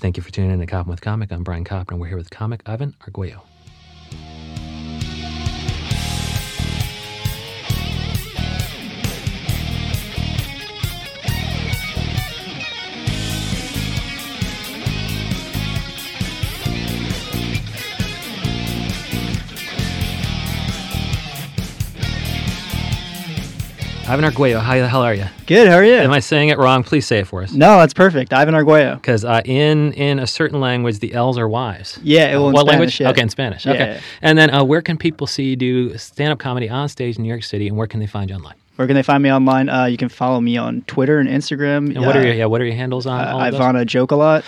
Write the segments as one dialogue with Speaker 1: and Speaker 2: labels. Speaker 1: Thank you for tuning in to Coppin with Comic. I'm Brian Coppin, and we're here with comic Ivan Arguello. Ivan Arguello, how the hell are you?
Speaker 2: Good. How are you?
Speaker 1: Am I saying it wrong? Please say it for us.
Speaker 2: no, that's perfect. Ivan Arguello.
Speaker 1: Because uh, in in a certain language, the L's are Y's.
Speaker 2: Yeah. Well, in
Speaker 1: what
Speaker 2: Spanish,
Speaker 1: language?
Speaker 2: yeah.
Speaker 1: Okay, in Spanish.
Speaker 2: Yeah,
Speaker 1: okay.
Speaker 2: yeah.
Speaker 1: And then, uh, where can people see you do stand up comedy on stage in New York City, and where can they find you online?
Speaker 2: Where can they find me online? Uh, you can follow me on Twitter and Instagram.
Speaker 1: And what are your yeah, what are your handles on? all
Speaker 2: Uh,
Speaker 1: of those?
Speaker 2: Ivana joke a lot.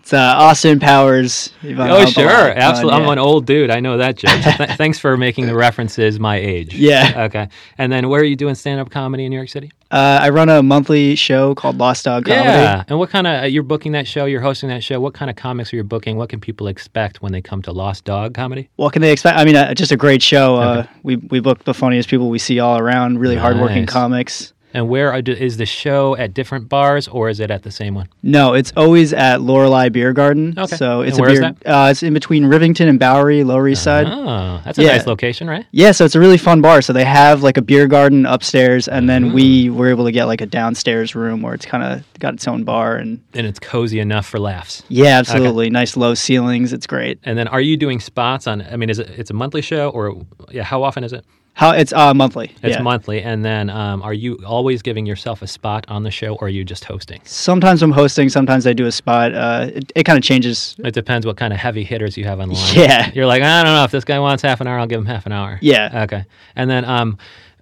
Speaker 2: it's uh, Austin Powers. Ivana
Speaker 1: Oh
Speaker 2: Joke a
Speaker 1: sure,
Speaker 2: Lot.
Speaker 1: absolutely.
Speaker 2: Uh,
Speaker 1: I'm
Speaker 2: yeah.
Speaker 1: an old dude. I know that joke. So th- thanks for making the references my age.
Speaker 2: Yeah.
Speaker 1: Okay. And then, where are you doing stand up comedy in New York City?
Speaker 2: Uh, I run a monthly show called Lost Dog Comedy.
Speaker 1: Yeah. And what kind of you're booking that show? You're hosting that show. What kind of comics are you booking? What can people expect when they come to Lost Dog Comedy?
Speaker 2: What can they expect? I mean, uh, just a great show. Uh, We we book the funniest people we see all around. Really hardworking
Speaker 1: Nice.
Speaker 2: comics.
Speaker 1: And where are, is the show at different bars or is it at the same one?
Speaker 2: No, it's always at Lorelei Beer Garden.
Speaker 1: Okay.
Speaker 2: So it's
Speaker 1: And where
Speaker 2: a
Speaker 1: is
Speaker 2: beer. Uh, it's in between Rivington and Bowery, Lower East Side.
Speaker 1: Oh, that's a
Speaker 2: Yeah.
Speaker 1: nice location, right?
Speaker 2: Yeah, so it's a really fun bar. So they have like a beer garden upstairs, and then we
Speaker 1: Mm.
Speaker 2: were able to get like a downstairs room where it's kind of got its own bar. And
Speaker 1: And it's cozy enough for laughs.
Speaker 2: yeah, absolutely, nice low ceilings. It's great.
Speaker 1: And then, are you doing spots on? I mean, is it it's a monthly show or yeah? How often is it?
Speaker 2: How it's uh, monthly.
Speaker 1: It's
Speaker 2: yeah.
Speaker 1: monthly. And then, um, are you always giving yourself a spot on the show, or are you just hosting?
Speaker 2: sometimes I'm hosting, sometimes I do a spot. Uh, it it kind of changes.
Speaker 1: It depends what kind of heavy hitters you have on the line.
Speaker 2: Yeah.
Speaker 1: You're like, I don't know if this guy wants half an hour, I'll give him half an hour.
Speaker 2: Yeah.
Speaker 1: Okay. And then um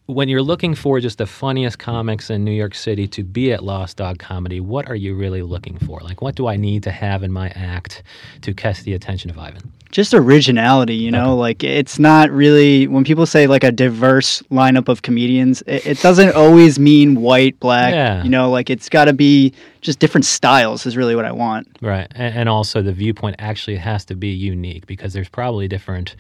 Speaker 1: when you're looking for just the funniest comics in New York City to be at Lost Dog Comedy, what are you really looking for? Like what do I need to have in my act to catch the attention of Ivan?
Speaker 2: Just originality, you know. Like it's not really when people say like a diverse lineup of comedians, it, it doesn't always mean white, black.
Speaker 1: Yeah.
Speaker 2: You know, like it's got to be just different styles is really what I want.
Speaker 1: Right. And, and also the viewpoint actually has to be unique because there's probably different,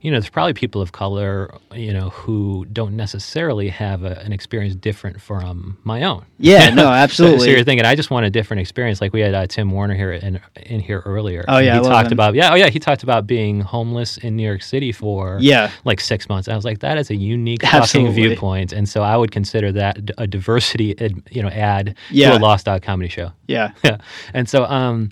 Speaker 1: you know, there's probably people of color, you know, who don't necessarily have a, an experience different from my own.
Speaker 2: Yeah, no,
Speaker 1: So-
Speaker 2: absolutely.
Speaker 1: So, you're thinking, I just want a different experience. Like we had uh, Tim Warner here in, in here earlier.
Speaker 2: Oh,
Speaker 1: and
Speaker 2: yeah, I
Speaker 1: he
Speaker 2: love
Speaker 1: talked
Speaker 2: him.
Speaker 1: about yeah, oh yeah, he talked about being homeless in New York City for
Speaker 2: Yeah.
Speaker 1: like six months. I was like, that is a unique
Speaker 2: Absolutely.
Speaker 1: fucking viewpoint, and so I would consider that d- a diversity, ad, you know, ad
Speaker 2: Yeah.
Speaker 1: to a Lost Dog comedy show.
Speaker 2: yeah.
Speaker 1: Yeah, and so um.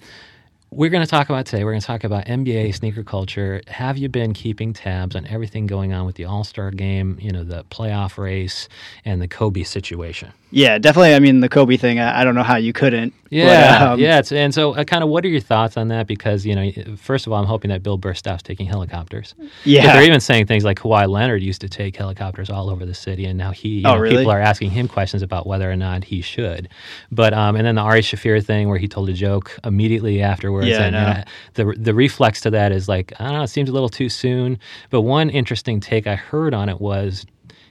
Speaker 1: We're going to talk about today. We're going to talk about NBA sneaker culture. Have you been keeping tabs on everything going on with the All Star game, you know, the playoff race, and the Kobe situation?
Speaker 2: Yeah, definitely. I mean, the Kobe thing, I, I don't know how you couldn't. But,
Speaker 1: Yeah,
Speaker 2: um,
Speaker 1: yeah. It's, and so, uh, kind of, what are your thoughts on that? Because you know, first of all, I'm hoping that Bill Burr stops taking helicopters. But
Speaker 2: Yeah.
Speaker 1: they're even saying things like Kawhi Leonard used to take helicopters all over the city, and now he, you
Speaker 2: Oh,
Speaker 1: know,
Speaker 2: really?
Speaker 1: people are asking him questions about whether or not he should. But um, and then the Ari Shafir thing where he told a joke immediately afterwards.
Speaker 2: Yeah, I
Speaker 1: and, and
Speaker 2: know.
Speaker 1: I- the the reflex to that is like I don't know, it seems a little too soon. But one interesting take I heard on it was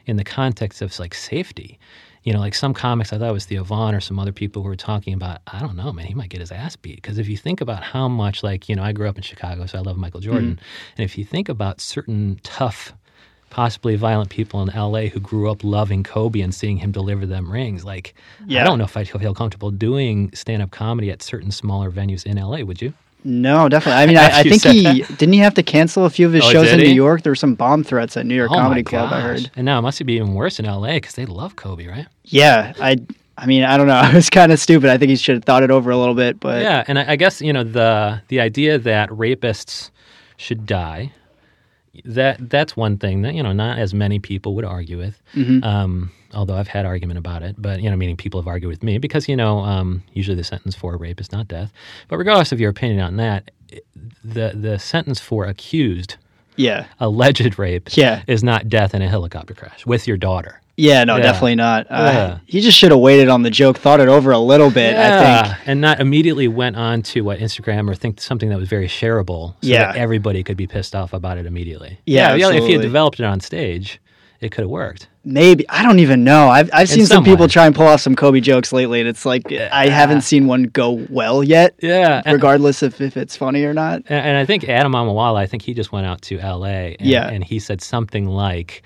Speaker 1: in the context of like safety. You know, like some comics, I thought it was Theo Vaughn or some other people who were talking about, I don't know, man, he might get his ass beat. Because if you think about how much, like, you know, I grew up in Chicago, so I love Michael Jordan. And if you think about certain tough, possibly violent people in LA who grew up loving Kobe and seeing him deliver them rings, like, I
Speaker 2: Yeah.
Speaker 1: don't know if I'd feel comfortable doing stand up comedy at certain smaller venues in LA, would you?
Speaker 2: No, definitely. I mean, I, I
Speaker 1: You
Speaker 2: think
Speaker 1: said
Speaker 2: he didn't he have to cancel a few of his
Speaker 1: Oh,
Speaker 2: shows
Speaker 1: did
Speaker 2: in
Speaker 1: he? Oh
Speaker 2: New York. There were some bomb threats at New York Comedy Club. I heard.
Speaker 1: And now it must be even worse in LA because they love Kobe, right?
Speaker 2: Yeah, I. I mean, I don't know. I was kind of stupid. I think he should have thought it over a little bit, but
Speaker 1: Yeah, and I, I guess you know the the idea that rapists should die. That that's one thing that you know not as many people would argue with.
Speaker 2: Mm-hmm.
Speaker 1: Um, although I've had argument about it, but you know, meaning people have argued with me because you know um, usually the sentence for a rape is not death. But regardless of your opinion on that, it- the the sentence for accused
Speaker 2: yeah,
Speaker 1: alleged rape
Speaker 2: Yeah.
Speaker 1: is not death in a helicopter crash with your daughter.
Speaker 2: yeah, no,
Speaker 1: Yeah.
Speaker 2: definitely not.
Speaker 1: Yeah.
Speaker 2: Uh, he just should have waited on the joke, thought it over a little bit. I think.
Speaker 1: And not immediately went on to what Instagram or think something that was very shareable so
Speaker 2: Yeah.
Speaker 1: that everybody could be pissed off about it immediately.
Speaker 2: Yeah,
Speaker 1: if he had
Speaker 2: absolutely.
Speaker 1: developed it on stage, it could have worked.
Speaker 2: Maybe I don't even know. I've I've seen
Speaker 1: some
Speaker 2: some people
Speaker 1: way.
Speaker 2: try and pull off some Kobe jokes lately, and it's like I haven't seen one go well yet.
Speaker 1: Yeah. And,
Speaker 2: regardless of if it's funny or not.
Speaker 1: and I think Adam Amawala, I think he just went out to LA and,
Speaker 2: Yeah.
Speaker 1: and he said something like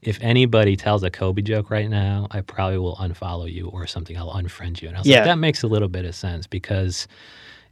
Speaker 1: if anybody tells a Kobe joke right now, I probably will unfollow you or something. I'll unfriend you. And I was
Speaker 2: Yeah.
Speaker 1: like, that makes a little bit of sense because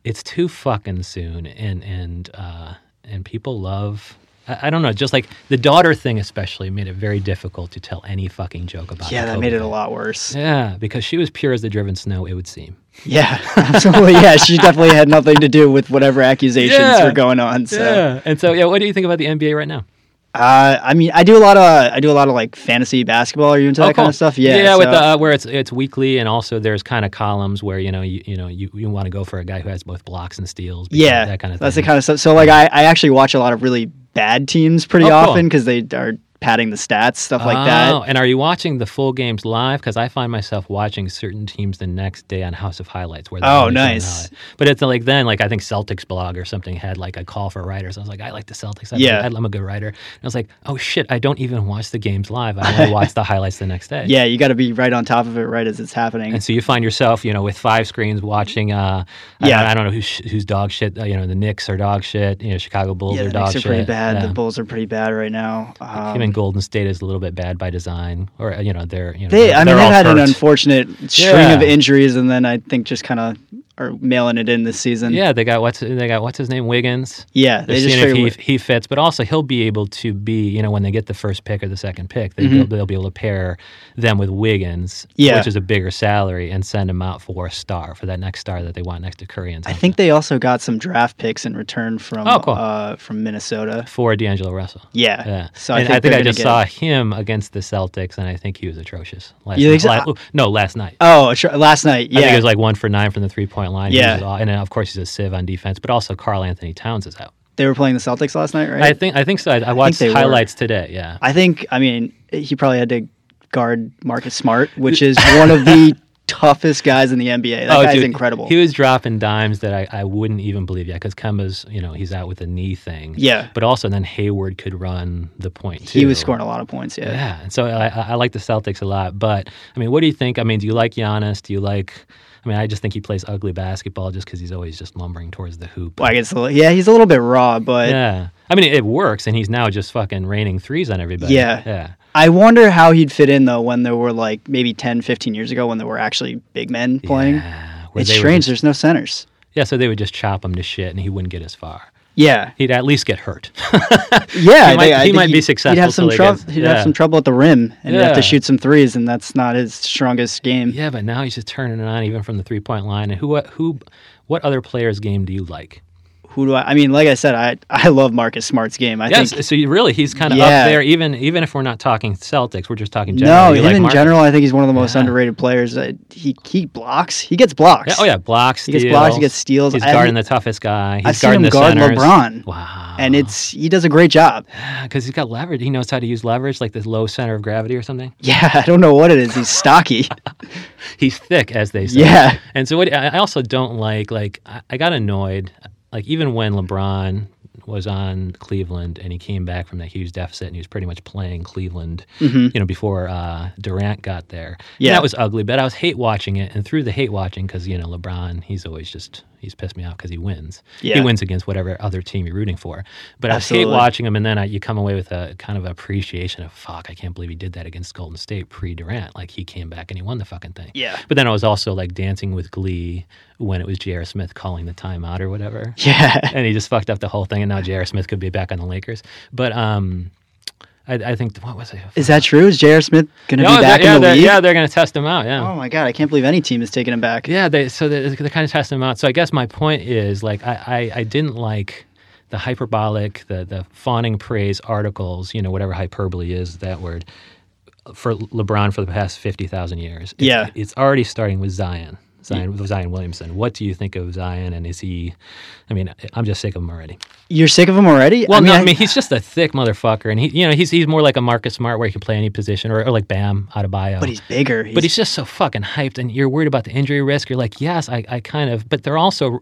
Speaker 1: it's too fucking soon, and and uh, and people love. I, I don't know, just like the daughter thing, especially made it very difficult to tell any fucking joke about.
Speaker 2: Yeah,
Speaker 1: the
Speaker 2: that
Speaker 1: Kobe
Speaker 2: made it a
Speaker 1: thing.
Speaker 2: lot worse.
Speaker 1: Yeah, because she was pure as the driven snow, it would seem.
Speaker 2: Yeah, absolutely. Yeah, she definitely had nothing to do with whatever accusations
Speaker 1: Yeah.
Speaker 2: were going on. So,
Speaker 1: and so yeah, what do you think about the NBA right now?
Speaker 2: uh, I mean, I do a lot of I do a lot of like fantasy basketball. Are you into that kind of stuff? Yeah,
Speaker 1: Oh, yeah, with
Speaker 2: so-
Speaker 1: the uh, where it's it's weekly, and also there's kind of columns where you know you you know you, you want to go for a guy who has both blocks and steals. because
Speaker 2: yeah,
Speaker 1: that kind of
Speaker 2: that's
Speaker 1: thing.
Speaker 2: the kind of stuff. So, like, I, I actually watch a lot of really bad teams pretty
Speaker 1: Oh, cool.
Speaker 2: often because they are padding the stats, stuff like that.
Speaker 1: Oh, and are you watching the full games live? Because I find myself watching certain teams the next day on House of Highlights. Where they're
Speaker 2: Oh,
Speaker 1: only showing
Speaker 2: nice.
Speaker 1: highlight. But it's like then, like I think Celtics blog or something had like a call for writers. I was like, I like the Celtics. I
Speaker 2: Yeah.
Speaker 1: I'm a good writer. And I was like, oh shit, I don't even watch the games live. I only watch the highlights the next day.
Speaker 2: Yeah, you got to be right on top of it right as it's happening.
Speaker 1: And so you find yourself, you know, with five screens watching. Uh, I
Speaker 2: Yeah.
Speaker 1: don't, I don't know who's who's dog shit. Uh, you know, the Knicks are dog shit. You know, Chicago Bulls
Speaker 2: yeah,
Speaker 1: are
Speaker 2: the
Speaker 1: dog
Speaker 2: Knicks are
Speaker 1: shit.
Speaker 2: pretty bad.
Speaker 1: Yeah.
Speaker 2: The Bulls are pretty bad right now. Um,
Speaker 1: Even Golden State is a little bit bad by design, or uh, you know, they're you know,
Speaker 2: They,
Speaker 1: they're,
Speaker 2: I mean,
Speaker 1: they're
Speaker 2: they
Speaker 1: all
Speaker 2: had an
Speaker 1: hurt.
Speaker 2: unfortunate string of
Speaker 1: Yeah.
Speaker 2: injuries, and then I think just kind of are mailing it in this season.
Speaker 1: Yeah, they got what's they got what's his name Wiggins.
Speaker 2: yeah,
Speaker 1: They're
Speaker 2: they just
Speaker 1: seeing if
Speaker 2: figured,
Speaker 1: he, he fits, but also he'll be able to be, you know, when they get the first pick or the second pick, they, they'll, they'll be able to pair them with Wiggins,
Speaker 2: Mm-hmm. Yeah.
Speaker 1: which is a bigger salary, and send him out for a star, for that next star that they want next to Curry. And
Speaker 2: I think they also got some draft picks in return from
Speaker 1: Oh, cool.
Speaker 2: uh, from Minnesota.
Speaker 1: for D'Angelo Russell.
Speaker 2: Yeah,
Speaker 1: Yeah.
Speaker 2: so
Speaker 1: and I think
Speaker 2: they're
Speaker 1: I
Speaker 2: gonna
Speaker 1: just
Speaker 2: get-
Speaker 1: saw him against the Celtics, and I think he was atrocious. Last
Speaker 2: You think
Speaker 1: night.
Speaker 2: so?
Speaker 1: La- ooh, no, last night.
Speaker 2: Oh, sure, last night.
Speaker 1: I think it
Speaker 2: Yeah,
Speaker 1: was like one for nine from the three point line. He
Speaker 2: Yeah.
Speaker 1: was aw- and then, of course, he's a sieve on defense, but also Carl Anthony Towns is out.
Speaker 2: they were playing the Celtics last night, right?
Speaker 1: I think I think so. I, I watched
Speaker 2: they were.
Speaker 1: highlights today. Yeah.
Speaker 2: I think I mean he probably had to guard Marcus Smart, which is one of the toughest guys in the NBA. That guy's
Speaker 1: Oh, dude,
Speaker 2: incredible.
Speaker 1: He was dropping dimes that I, I wouldn't even believe yet because Kemba's, you know, he's out with a knee thing.
Speaker 2: Yeah.
Speaker 1: But also then Hayward could run the point too.
Speaker 2: he was scoring a lot of points. Yeah.
Speaker 1: Yeah, and so I, I I like the Celtics a lot, but I mean, what do you think? I mean, do you like Giannis? Do you like? I mean, I just think he plays ugly basketball just because he's always just lumbering towards the hoop.
Speaker 2: Like it's a li- yeah, he's a little bit raw, but
Speaker 1: yeah, I mean, it works, and he's now just fucking raining threes on everybody.
Speaker 2: Yeah.
Speaker 1: yeah.
Speaker 2: I wonder how he'd fit in though when there were like maybe 10, 15 years ago when there were actually big men playing.
Speaker 1: Yeah, where
Speaker 2: it's
Speaker 1: they would
Speaker 2: strange.
Speaker 1: just-
Speaker 2: There's no centers.
Speaker 1: yeah, so they would just chop him to shit, and he wouldn't get as far.
Speaker 2: Yeah,
Speaker 1: He'd at least get hurt.
Speaker 2: yeah. I
Speaker 1: might-
Speaker 2: think- I
Speaker 1: he
Speaker 2: think
Speaker 1: might be
Speaker 2: he'd- He'd
Speaker 1: successful
Speaker 2: have some
Speaker 1: till he
Speaker 2: trouble.
Speaker 1: gets-
Speaker 2: He'd have
Speaker 1: yeah.
Speaker 2: some trouble at the rim, and he'd have to
Speaker 1: Yeah.
Speaker 2: shoot some threes, and that's not his strongest game.
Speaker 1: yeah, but now he's just turning it on even from the three point line. And who who what other player's game do you like?
Speaker 2: Who do I? I mean, like I said, I I love Marcus Smart's game. I
Speaker 1: Yes,
Speaker 2: think
Speaker 1: so you really he's kind of
Speaker 2: Yeah.
Speaker 1: up there. Even even if we're not talking Celtics, we're just talking generally.
Speaker 2: no,
Speaker 1: You
Speaker 2: him
Speaker 1: like
Speaker 2: in
Speaker 1: Marcus?
Speaker 2: general, I think he's one of the most
Speaker 1: Yeah.
Speaker 2: underrated players. I, he he blocks. He gets blocks.
Speaker 1: Yeah, oh yeah, blocks.
Speaker 2: He gets blocks, he
Speaker 1: steals.
Speaker 2: gets steals.
Speaker 1: He's
Speaker 2: I
Speaker 1: guarding
Speaker 2: mean-
Speaker 1: the toughest guy. He's
Speaker 2: I've seen
Speaker 1: guarding
Speaker 2: him
Speaker 1: the
Speaker 2: guard
Speaker 1: centers.
Speaker 2: LeBron.
Speaker 1: Wow.
Speaker 2: and it's he does a great job.
Speaker 1: because he's got leverage. He knows how to use leverage, like this low center of gravity or something.
Speaker 2: Yeah, I don't know what it is. He's stocky.
Speaker 1: He's thick, as they say.
Speaker 2: yeah,
Speaker 1: And so what I I also don't like, like I, I got annoyed, like even when LeBron was on Cleveland and he came back from that huge deficit and he was pretty much playing Cleveland,
Speaker 2: Mm-hmm.
Speaker 1: you know, before uh, Durant got there. And
Speaker 2: Yeah.
Speaker 1: that was ugly, but I was hate watching it, and through the hate watching, because you know LeBron, he's always just he's pissed me off because he wins.
Speaker 2: Yeah.
Speaker 1: He wins against whatever other team you're rooting for. But I
Speaker 2: Absolutely.
Speaker 1: was hate watching him, and then I, you come away with a kind of appreciation of fuck, I can't believe he did that against Golden State pre Durant. Like he came back and he won the fucking thing.
Speaker 2: yeah,
Speaker 1: But then I was also like dancing with glee when it was J.R. Smith calling the timeout or whatever.
Speaker 2: yeah.
Speaker 1: And he just fucked up the whole thing, and now J.R. Smith could be back on the Lakers. But um, I, I think what was it?
Speaker 2: Is that true? Is J.R. Smith going to
Speaker 1: No,
Speaker 2: be back
Speaker 1: yeah,
Speaker 2: in the
Speaker 1: they're,
Speaker 2: league?
Speaker 1: yeah, they're going to test him out. Yeah.
Speaker 2: Oh my god, I can't believe any team is taking him back.
Speaker 1: Yeah, they so they, they're kind of testing them out. So I guess my point is like I, I, I didn't like the hyperbolic, the the fawning praise articles, you know, whatever hyperbole is that word for LeBron for the past fifty thousand years. It-
Speaker 2: Yeah.
Speaker 1: it's already starting with Zion. Zion, Zion Williamson. What do you think of Zion? And is he? I mean, I'm just sick of him already.
Speaker 2: You're sick of him already?
Speaker 1: Well, no, I mean, he's just a thick motherfucker, and he, you know, he's he's more like a Marcus Smart, where he can play any position, or, or like Bam Adebayo.
Speaker 2: but he's bigger.
Speaker 1: But he's just so fucking hyped, and you're worried about the injury risk. You're like, yes, I, I kind of, but they're also,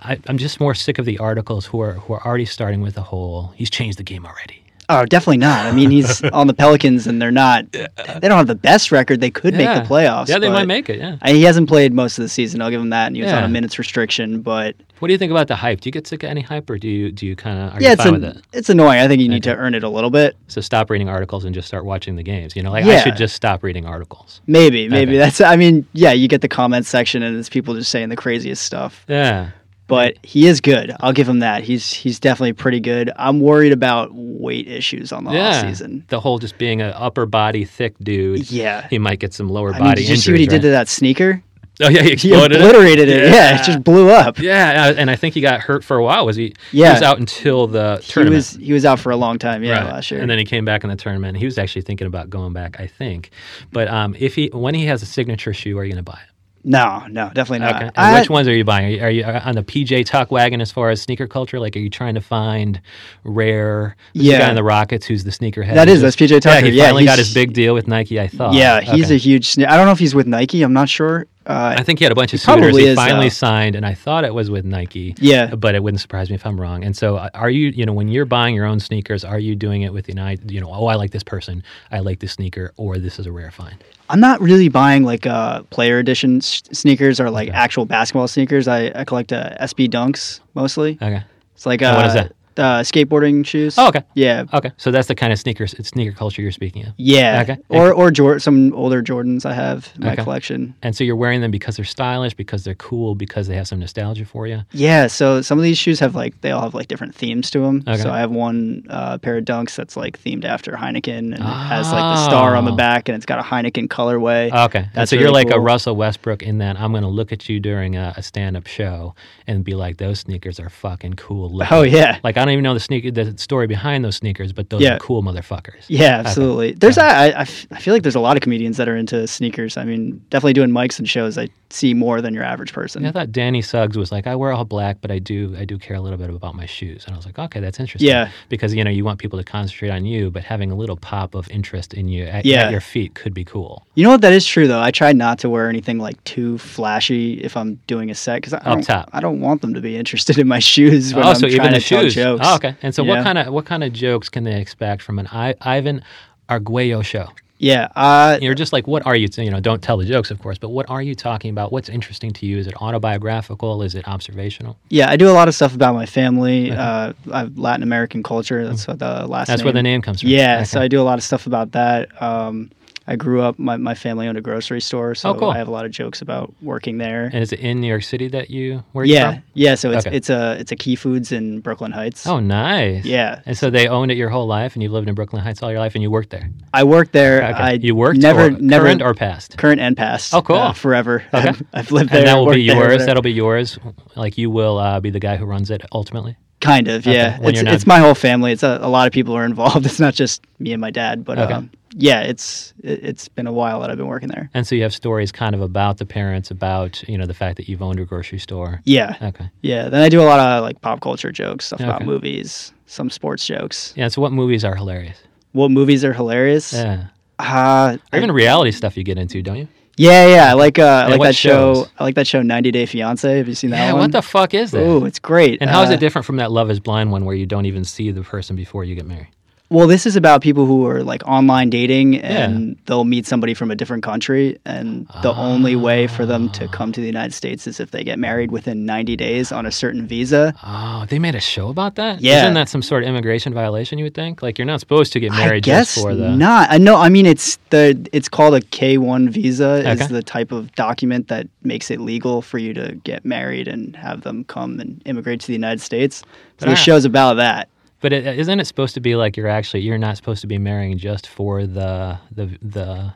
Speaker 1: I, I'm just more sick of the articles who are who are already starting with the whole. He's changed the game already.
Speaker 2: Oh, definitely not. I mean, he's on the Pelicans, and they're not. They don't have the best record. They could
Speaker 1: Yeah.
Speaker 2: make the playoffs.
Speaker 1: Yeah, they
Speaker 2: but-
Speaker 1: might make it. Yeah.
Speaker 2: I- He hasn't played most of the season. I'll give him that. And he was on
Speaker 1: Yeah.
Speaker 2: a minutes restriction, but
Speaker 1: What do you think about the hype? Do you get sick of any hype, or do you do you kind of are
Speaker 2: yeah,
Speaker 1: you
Speaker 2: it's
Speaker 1: fine with
Speaker 2: an,
Speaker 1: it?
Speaker 2: it's annoying. I think you need to earn it a little bit.
Speaker 1: So stop reading articles and just start watching the games. You know, like I
Speaker 2: Yeah.
Speaker 1: should just stop reading articles.
Speaker 2: Maybe, maybe
Speaker 1: Okay.
Speaker 2: that's. I mean, yeah, you get the comment section, and it's people just saying the craziest stuff.
Speaker 1: Yeah.
Speaker 2: But he is good. I'll give him that. He's he's definitely pretty good. I'm worried about weight issues on the
Speaker 1: yeah.
Speaker 2: off season.
Speaker 1: The whole just being an upper body thick dude.
Speaker 2: Yeah.
Speaker 1: He might get some lower
Speaker 2: I
Speaker 1: body
Speaker 2: mean, did you
Speaker 1: injuries.
Speaker 2: see what he did to
Speaker 1: right?
Speaker 2: that sneaker?
Speaker 1: Oh yeah, he
Speaker 2: He
Speaker 1: exploded. it.
Speaker 2: obliterated it. Yeah,
Speaker 1: Yeah.
Speaker 2: it just blew up.
Speaker 1: Yeah, uh, and I think he got hurt for a while. Was he? He
Speaker 2: Yeah.
Speaker 1: was out until the
Speaker 2: He
Speaker 1: tournament.
Speaker 2: was he was out for a long time. Yeah, last year.
Speaker 1: And then he came back in the tournament. He was actually thinking about going back, I think. But um, if he when he has a signature shoe, are you going to buy it?
Speaker 2: no, no, definitely not.
Speaker 1: Okay. And
Speaker 2: Uh, I-
Speaker 1: which ones are you buying? Are you, are you on the PJ Tuck wagon as far as sneaker culture? Like, are you trying to find rare? who's
Speaker 2: Yeah.
Speaker 1: The guy in the Rockets who's the sneakerhead.
Speaker 2: That
Speaker 1: who
Speaker 2: is, that's PJ Tucker.
Speaker 1: Yeah, he
Speaker 2: Yeah,
Speaker 1: finally got
Speaker 2: he's-
Speaker 1: his big deal with Nike. I thought.
Speaker 2: Yeah, he's
Speaker 1: Oh, Okay.
Speaker 2: a huge. Sne- I don't know if he's with Nike. I'm not sure. Uh,
Speaker 1: I think he had a bunch of
Speaker 2: He probably
Speaker 1: suitors. He
Speaker 2: is,
Speaker 1: finally
Speaker 2: though.
Speaker 1: signed, and I thought it was with Nike.
Speaker 2: yeah,
Speaker 1: but it wouldn't surprise me if I'm wrong. And so, uh, are you, you know, when you're buying your own sneakers, are you doing it with an eye, you know, oh, I like this person, I like this sneaker, or this is a rare find?
Speaker 2: I'm not really buying like uh, player edition s- sneakers or like actual basketball sneakers. I, I collect uh, SB Dunks mostly.
Speaker 1: Okay.
Speaker 2: It's like
Speaker 1: And
Speaker 2: uh,
Speaker 1: what is that?
Speaker 2: Uh, skateboarding shoes.
Speaker 1: Oh, okay.
Speaker 2: Yeah,
Speaker 1: Okay. So that's the kind of sneakers, it's sneaker culture you're speaking of.
Speaker 2: yeah.
Speaker 1: Okay.
Speaker 2: Or or Jor- some older Jordans I have in my
Speaker 1: Okay.
Speaker 2: collection.
Speaker 1: And so you're wearing them because they're stylish, because they're cool, because they have some nostalgia for you.
Speaker 2: Yeah. So some of these shoes have like they all have like different themes to them.
Speaker 1: Okay.
Speaker 2: So I have one uh, pair of Dunks that's like themed after Heineken and it has like the star on the
Speaker 1: Oh.
Speaker 2: back and it's got a Heineken colorway.
Speaker 1: Okay. And
Speaker 2: That's
Speaker 1: so you're
Speaker 2: really
Speaker 1: like a
Speaker 2: cool.
Speaker 1: Russell Westbrook in that I'm going to look at you during a, a stand up show and be like, those sneakers are fucking cool. Looking.
Speaker 2: oh yeah.
Speaker 1: Like, I don't even know the sneaker, the story behind those sneakers, but those
Speaker 2: Yeah.
Speaker 1: are cool motherfuckers.
Speaker 2: Yeah, absolutely. There's I I, I, f- I feel like there's a lot of comedians that are into sneakers. I mean, definitely doing mics and shows, I see more than your average person.
Speaker 1: Yeah, I
Speaker 2: Yeah,
Speaker 1: thought Danny Suggs was like, I wear all black, but I do I do care a little bit about my shoes. And I was like, okay, that's interesting.
Speaker 2: Yeah.
Speaker 1: Because you know you want people to concentrate on you, but having a little pop of interest in you at,
Speaker 2: Yeah.
Speaker 1: at your feet could be cool.
Speaker 2: you know what? That is true though. I try not to wear anything like too flashy if I'm doing a set because I don't,
Speaker 1: top.
Speaker 2: I don't want them to be interested in my shoes when
Speaker 1: Also,
Speaker 2: I'm
Speaker 1: Oh, even
Speaker 2: trying
Speaker 1: the
Speaker 2: to tell
Speaker 1: shoes.
Speaker 2: jokes.
Speaker 1: Oh, okay. And so, what
Speaker 2: Yeah.
Speaker 1: kind of what kind of jokes can they expect from an I, Ivan Arguello show?
Speaker 2: Yeah. Uh,
Speaker 1: You're just like, what are you? You know, don't tell the jokes, of course, but what are you talking about? What's interesting to you? Is it autobiographical? Is it observational?
Speaker 2: yeah. I do a lot of stuff about my family. Uh, I have Latin American culture. That's what the last.
Speaker 1: Uh-huh. Mm-hmm. That's where the name comes from.
Speaker 2: Yeah,
Speaker 1: Okay.
Speaker 2: so I do a lot of stuff about that. Um, I grew up. My, my family owned a grocery store, so
Speaker 1: Oh, cool.
Speaker 2: I have a lot of jokes about working there.
Speaker 1: and is it in New York City that you where
Speaker 2: yeah,
Speaker 1: you
Speaker 2: yeah. So it's
Speaker 1: Okay.
Speaker 2: it's a it's a Key Foods in Brooklyn Heights.
Speaker 1: from? Oh, nice.
Speaker 2: yeah.
Speaker 1: And so they owned it your whole life, and you've lived in Brooklyn Heights all your life, and you worked there.
Speaker 2: I worked there.
Speaker 1: Okay.
Speaker 2: I
Speaker 1: you worked
Speaker 2: never
Speaker 1: or,
Speaker 2: never
Speaker 1: current or past,
Speaker 2: current and past.
Speaker 1: Oh, cool.
Speaker 2: uh, forever.
Speaker 1: Okay.
Speaker 2: I've, I've lived there.
Speaker 1: and that will be
Speaker 2: worked there,
Speaker 1: yours.
Speaker 2: whatever.
Speaker 1: That'll be yours. Like you will uh, be the guy who runs it ultimately.
Speaker 2: kind of
Speaker 1: Okay,
Speaker 2: yeah.
Speaker 1: when
Speaker 2: It's
Speaker 1: you're not-
Speaker 2: it's my whole family. It's a, a lot of people are involved. It's not just me and my dad, but
Speaker 1: Okay.
Speaker 2: um, yeah, it's it, it's been a while that I've been working there.
Speaker 1: And so you have stories kind of about the parents, about you know the fact that you've owned a grocery store.
Speaker 2: Yeah,
Speaker 1: Okay.
Speaker 2: yeah. Then I do a lot of like pop culture jokes, stuff about
Speaker 1: Okay.
Speaker 2: movies, some sports jokes.
Speaker 1: Yeah. So what movies are hilarious?
Speaker 2: What movies are hilarious?
Speaker 1: Yeah.
Speaker 2: Uh,
Speaker 1: Or even reality stuff you get into, don't you?
Speaker 2: Yeah, yeah. I like uh, I like
Speaker 1: what
Speaker 2: that
Speaker 1: shows?
Speaker 2: show. I like that show, 90 Day Fiance. Have you seen that
Speaker 1: yeah.
Speaker 2: one?
Speaker 1: What the fuck is that?
Speaker 2: Oh, it's great.
Speaker 1: And how is
Speaker 2: Uh,
Speaker 1: it different from that Love Is Blind one where you don't even see the person before you get married?
Speaker 2: Well, this is about people who are like online dating, and
Speaker 1: Yeah.
Speaker 2: they'll meet somebody from a different country, and the only way for them
Speaker 1: Ah.
Speaker 2: to come to the United States is if they get married within 90 days on a certain visa.
Speaker 1: Oh, they made a show about that.
Speaker 2: Yeah.
Speaker 1: Isn't that some sort of immigration violation? You would think. Like you're not supposed to get married
Speaker 2: I guess
Speaker 1: just for the.
Speaker 2: not. I know. I mean, it's the it's called a K one visa.
Speaker 1: Okay.
Speaker 2: Is the type of document that makes it legal for you to get married and have them come and immigrate to the United States. So
Speaker 1: Ah.
Speaker 2: the show's about that.
Speaker 1: But it, isn't it supposed to be like you're actually you're not supposed to be marrying just for the the the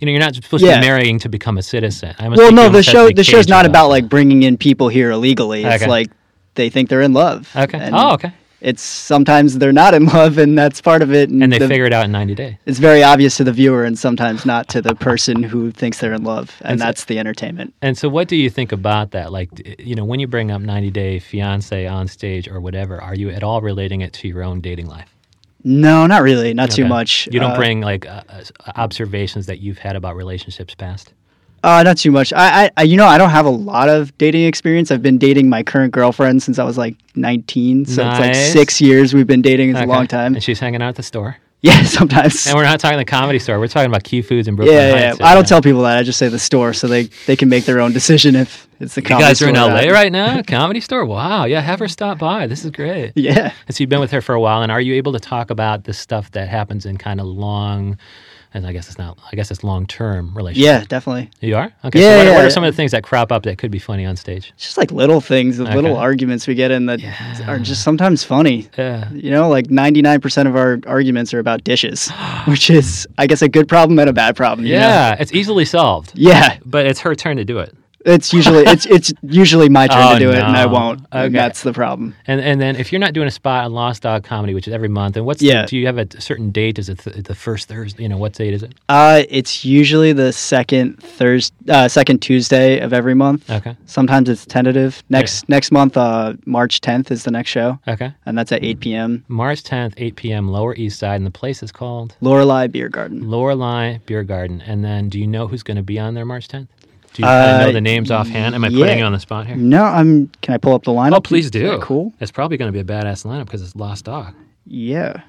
Speaker 1: you know you're not supposed to
Speaker 2: Yeah.
Speaker 1: be marrying to become a citizen. I must
Speaker 2: Well,
Speaker 1: be
Speaker 2: no,
Speaker 1: doing
Speaker 2: the
Speaker 1: such
Speaker 2: show
Speaker 1: a
Speaker 2: the show's
Speaker 1: cage
Speaker 2: not about like bringing in people here illegally. It's
Speaker 1: Okay.
Speaker 2: like they think they're in love.
Speaker 1: that. okay
Speaker 2: And
Speaker 1: oh okay
Speaker 2: It's sometimes they're not in love, and that's part of it.
Speaker 1: and they
Speaker 2: the-
Speaker 1: figure it out in 90 days.
Speaker 2: it's very obvious to the viewer, and sometimes not to the person who thinks they're in love, and
Speaker 1: It's-
Speaker 2: that's the entertainment.
Speaker 1: And so what do you think about that? Like d- you know when you bring up 90 day fiance on stage or whatever, are you at all relating it to your own dating life?
Speaker 2: No, not really, not too
Speaker 1: Okay.
Speaker 2: much.
Speaker 1: You don't
Speaker 2: Uh,
Speaker 1: bring like uh, uh, observations that you've had about relationships past.
Speaker 2: Uh, not too much. I, I, I, you know, I don't have a lot of dating experience. I've been dating my current girlfriend since I was like 19, so it's like
Speaker 1: Nice.
Speaker 2: six years. We've been dating. It's
Speaker 1: Okay.
Speaker 2: a long time.
Speaker 1: And she's hanging out at the store.
Speaker 2: Yeah, sometimes.
Speaker 1: And we're not talking the comedy store. We're talking about Key Foods in Brooklyn
Speaker 2: yeah, yeah.
Speaker 1: Heights.
Speaker 2: I don't tell people that. I just say the store, so they they can make their own decision if it's the.
Speaker 1: You
Speaker 2: comedy
Speaker 1: guys are in
Speaker 2: store or
Speaker 1: LA
Speaker 2: not.
Speaker 1: right now? Comedy store? Wow. Yeah, have her stop by. This is great.
Speaker 2: Yeah.
Speaker 1: And so you've been with her for a while, and are you able to talk about the stuff that happens in kind of long, and I guess it's not, I guess it's long term relationships?
Speaker 2: Yeah, definitely.
Speaker 1: You are? Okay.
Speaker 2: Yeah,
Speaker 1: so what, what
Speaker 2: yeah.
Speaker 1: are some of the things that crop up that could be funny on stage?
Speaker 2: It's just like little things, the little
Speaker 1: Okay.
Speaker 2: arguments we get in that are just sometimes funny.
Speaker 1: Yeah.
Speaker 2: You know, like 99% of our arguments are about dishes, which is, I guess, a good problem and a bad problem. you know?
Speaker 1: Yeah. It's easily solved,
Speaker 2: Yeah.
Speaker 1: but it's her turn to do it.
Speaker 2: It's usually it's it's usually my turn
Speaker 1: Oh,
Speaker 2: to do it, and I
Speaker 1: no.
Speaker 2: won't. And
Speaker 1: Okay.
Speaker 2: that's the problem.
Speaker 1: And and then if you're not doing a spot on Lost Dog Comedy, which is every month, and what's the-
Speaker 2: Yeah.
Speaker 1: do you have a certain date? Is it the, the first Thursday? You know, what date is it?
Speaker 2: Uh, it's usually the second Thursday, uh, second Tuesday of every month.
Speaker 1: Okay.
Speaker 2: Sometimes it's tentative. Next next month, uh, March 10th is the next show,
Speaker 1: Okay.
Speaker 2: and that's at 8 p.m.
Speaker 1: March 10th, 8 p.m., Lower East Side, and the place is called
Speaker 2: Lorelei Beer Garden.
Speaker 1: Lorelei Beer Garden. And then, do you know who's going to be on there March 10th? Do you kinda know
Speaker 2: Uh,
Speaker 1: the names offhand? Am I
Speaker 2: yeah.
Speaker 1: putting you on the spot here?
Speaker 2: No, I'm. Can I pull up the lineup?
Speaker 1: Mm. Oh, please do.
Speaker 2: Cool.
Speaker 1: It's probably going to be a badass lineup because it's Lost Dog,
Speaker 2: Yeah.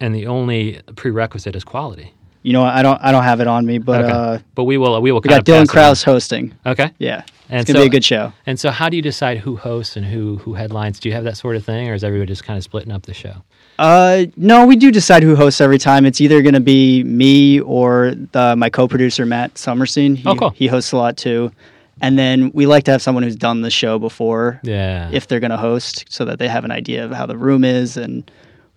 Speaker 1: and the only prerequisite is quality.
Speaker 2: You know, I don't. I don't have it on me, but
Speaker 1: okay.
Speaker 2: uh,
Speaker 1: but we will. We will.
Speaker 2: we
Speaker 1: kind of
Speaker 2: got
Speaker 1: pass
Speaker 2: Dylan
Speaker 1: it on.
Speaker 2: Krause hosting.
Speaker 1: Okay.
Speaker 2: Yeah,
Speaker 1: And
Speaker 2: it's gonna
Speaker 1: so-
Speaker 2: be a good show.
Speaker 1: And so, how do you decide who hosts and who who headlines? Do you have that sort of thing, or is everybody just kind of splitting up the show?
Speaker 2: Uh, no, we do decide who hosts every time. It's either going to be me or the, my co-producer Matt Summerstein. He,
Speaker 1: Oh, cool.
Speaker 2: He hosts a lot too, and then we like to have someone who's done the show before
Speaker 1: Yeah.
Speaker 2: if they're going to host, so that they have an idea of how the room is and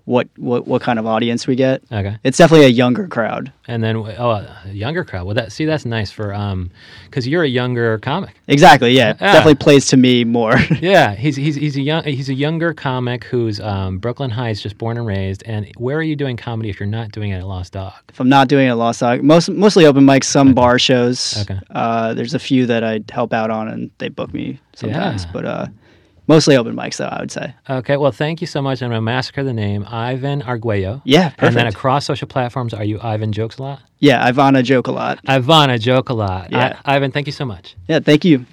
Speaker 2: what what what kind of audience we get.
Speaker 1: okay.
Speaker 2: It's definitely a younger crowd.
Speaker 1: And then, oh, a younger crowd. Well, that see, that's nice for um, because you're a younger comic.
Speaker 2: Exactly. Yeah,
Speaker 1: Yeah.
Speaker 2: definitely plays to me more.
Speaker 1: Yeah, he's he's he's a young he's a younger comic who's um, Brooklyn Heights, just born and raised. And where are you doing comedy if you're not doing it at Lost Dog?
Speaker 2: if I'm not doing it at Lost Dog, most mostly open mics, some bar shows.
Speaker 1: Okay.
Speaker 2: Uh, there's a few that I help out on and they book me sometimes,
Speaker 1: Yeah.
Speaker 2: but uh, mostly open mics though I would say.
Speaker 1: Okay, well, thank you so much. I'm gonna massacre the name Ivan Arguello.
Speaker 2: Yeah,
Speaker 1: And then
Speaker 2: perfect.
Speaker 1: across social platforms, are you Ivan Jokes a lot?
Speaker 2: Yeah, Ivana joke a lot.
Speaker 1: Ivana Joke a lot.
Speaker 2: Yeah.
Speaker 1: I, Ivan, thank you so much.
Speaker 2: Yeah, thank you.